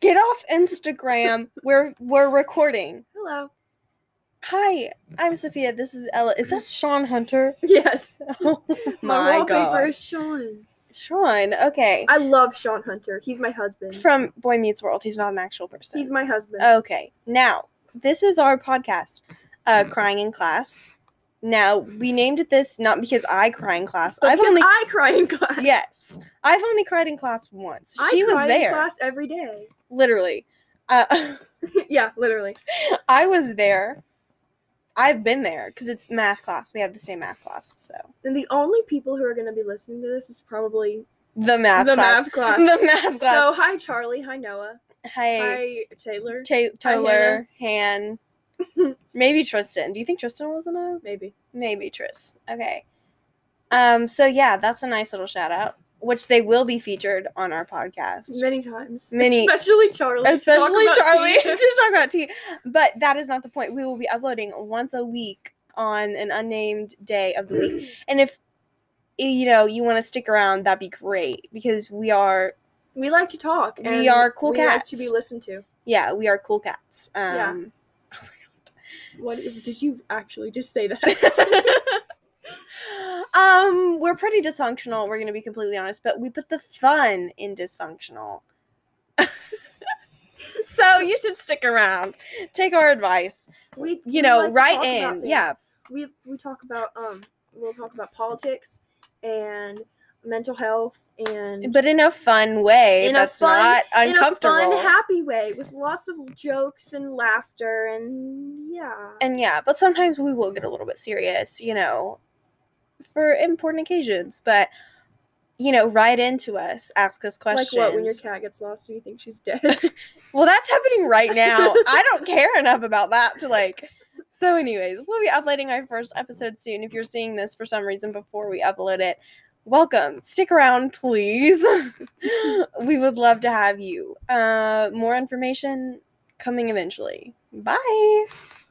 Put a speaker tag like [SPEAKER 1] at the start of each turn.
[SPEAKER 1] Get off Instagram. We're we're recording.
[SPEAKER 2] Hello.
[SPEAKER 1] Hi, I'm Sophia. This is Ella. Is that Sean Hunter?
[SPEAKER 2] Yes.
[SPEAKER 1] Oh
[SPEAKER 2] My,
[SPEAKER 1] my
[SPEAKER 2] wallpaper
[SPEAKER 1] god.
[SPEAKER 2] is Sean.
[SPEAKER 1] Sean, okay.
[SPEAKER 2] I love Sean Hunter. He's my husband.
[SPEAKER 1] From Boy Meets World. He's not an actual person.
[SPEAKER 2] He's my husband.
[SPEAKER 1] Okay. Now, this is our podcast, uh, Crying in Class. Now, we named it this not because I cry in class.
[SPEAKER 2] But
[SPEAKER 1] I've
[SPEAKER 2] because
[SPEAKER 1] only
[SPEAKER 2] I cry in class.
[SPEAKER 1] Yes. I've only cried in class once.
[SPEAKER 2] I
[SPEAKER 1] she
[SPEAKER 2] cry
[SPEAKER 1] was there.
[SPEAKER 2] in class every day.
[SPEAKER 1] Literally. Uh,
[SPEAKER 2] yeah, literally.
[SPEAKER 1] I was there. I've been there because it's math class. We have the same math class, so
[SPEAKER 2] And the only people who are going to be listening to this is probably
[SPEAKER 1] the math
[SPEAKER 2] the
[SPEAKER 1] class.
[SPEAKER 2] math class.
[SPEAKER 1] The math class.
[SPEAKER 2] So hi Charlie, hi Noah,
[SPEAKER 1] hey,
[SPEAKER 2] hi Taylor,
[SPEAKER 1] Ta- Taylor, Han, maybe Tristan. Do you think Tristan was in there?
[SPEAKER 2] maybe.
[SPEAKER 1] Maybe Tris. Okay. Um. So yeah, that's a nice little shout out, which they will be featured on our podcast.
[SPEAKER 2] Many times.
[SPEAKER 1] Many-
[SPEAKER 2] Especially Charlie. Talk
[SPEAKER 1] especially
[SPEAKER 2] about
[SPEAKER 1] Charlie
[SPEAKER 2] tea.
[SPEAKER 1] to talk about tea. But that is not the point. We will be uploading once a week on an unnamed day of the week. And if eh, you know you want to stick around, that'd be great because we are
[SPEAKER 2] we like to talk.
[SPEAKER 1] We
[SPEAKER 2] And
[SPEAKER 1] are cool
[SPEAKER 2] we Like to be
[SPEAKER 1] cats.
[SPEAKER 2] listened to.
[SPEAKER 1] yeah we are cool cats.
[SPEAKER 2] Yeah.
[SPEAKER 1] Um,
[SPEAKER 2] What is, did you actually just say that?
[SPEAKER 1] um, we're pretty dysfunctional. We're gonna be completely honest, but we put the fun in dysfunctional. so you should stick around. Take our advice.
[SPEAKER 2] we
[SPEAKER 1] You
[SPEAKER 2] we
[SPEAKER 1] know,
[SPEAKER 2] like to
[SPEAKER 1] write
[SPEAKER 2] talk about
[SPEAKER 1] in.
[SPEAKER 2] things.
[SPEAKER 1] Yeah,
[SPEAKER 2] we we talk about um we'll talk about politics and mental health and
[SPEAKER 1] but in a fun way
[SPEAKER 2] In a
[SPEAKER 1] that's
[SPEAKER 2] fun-
[SPEAKER 1] not uncomfortable
[SPEAKER 2] in a fun happy way with lots of jokes and laughter and yeah
[SPEAKER 1] and yeah but sometimes we will get a little bit serious you know for important occasions but you know write into us ask us questions
[SPEAKER 2] like what when your cat gets lost do you think she's dead
[SPEAKER 1] well that's happening right now i don't care enough about that to like so anyways we'll be uploading our first episode soon if you're seeing this for some reason before we upload it welcome stick around please we would love to have you uh more information coming eventually bye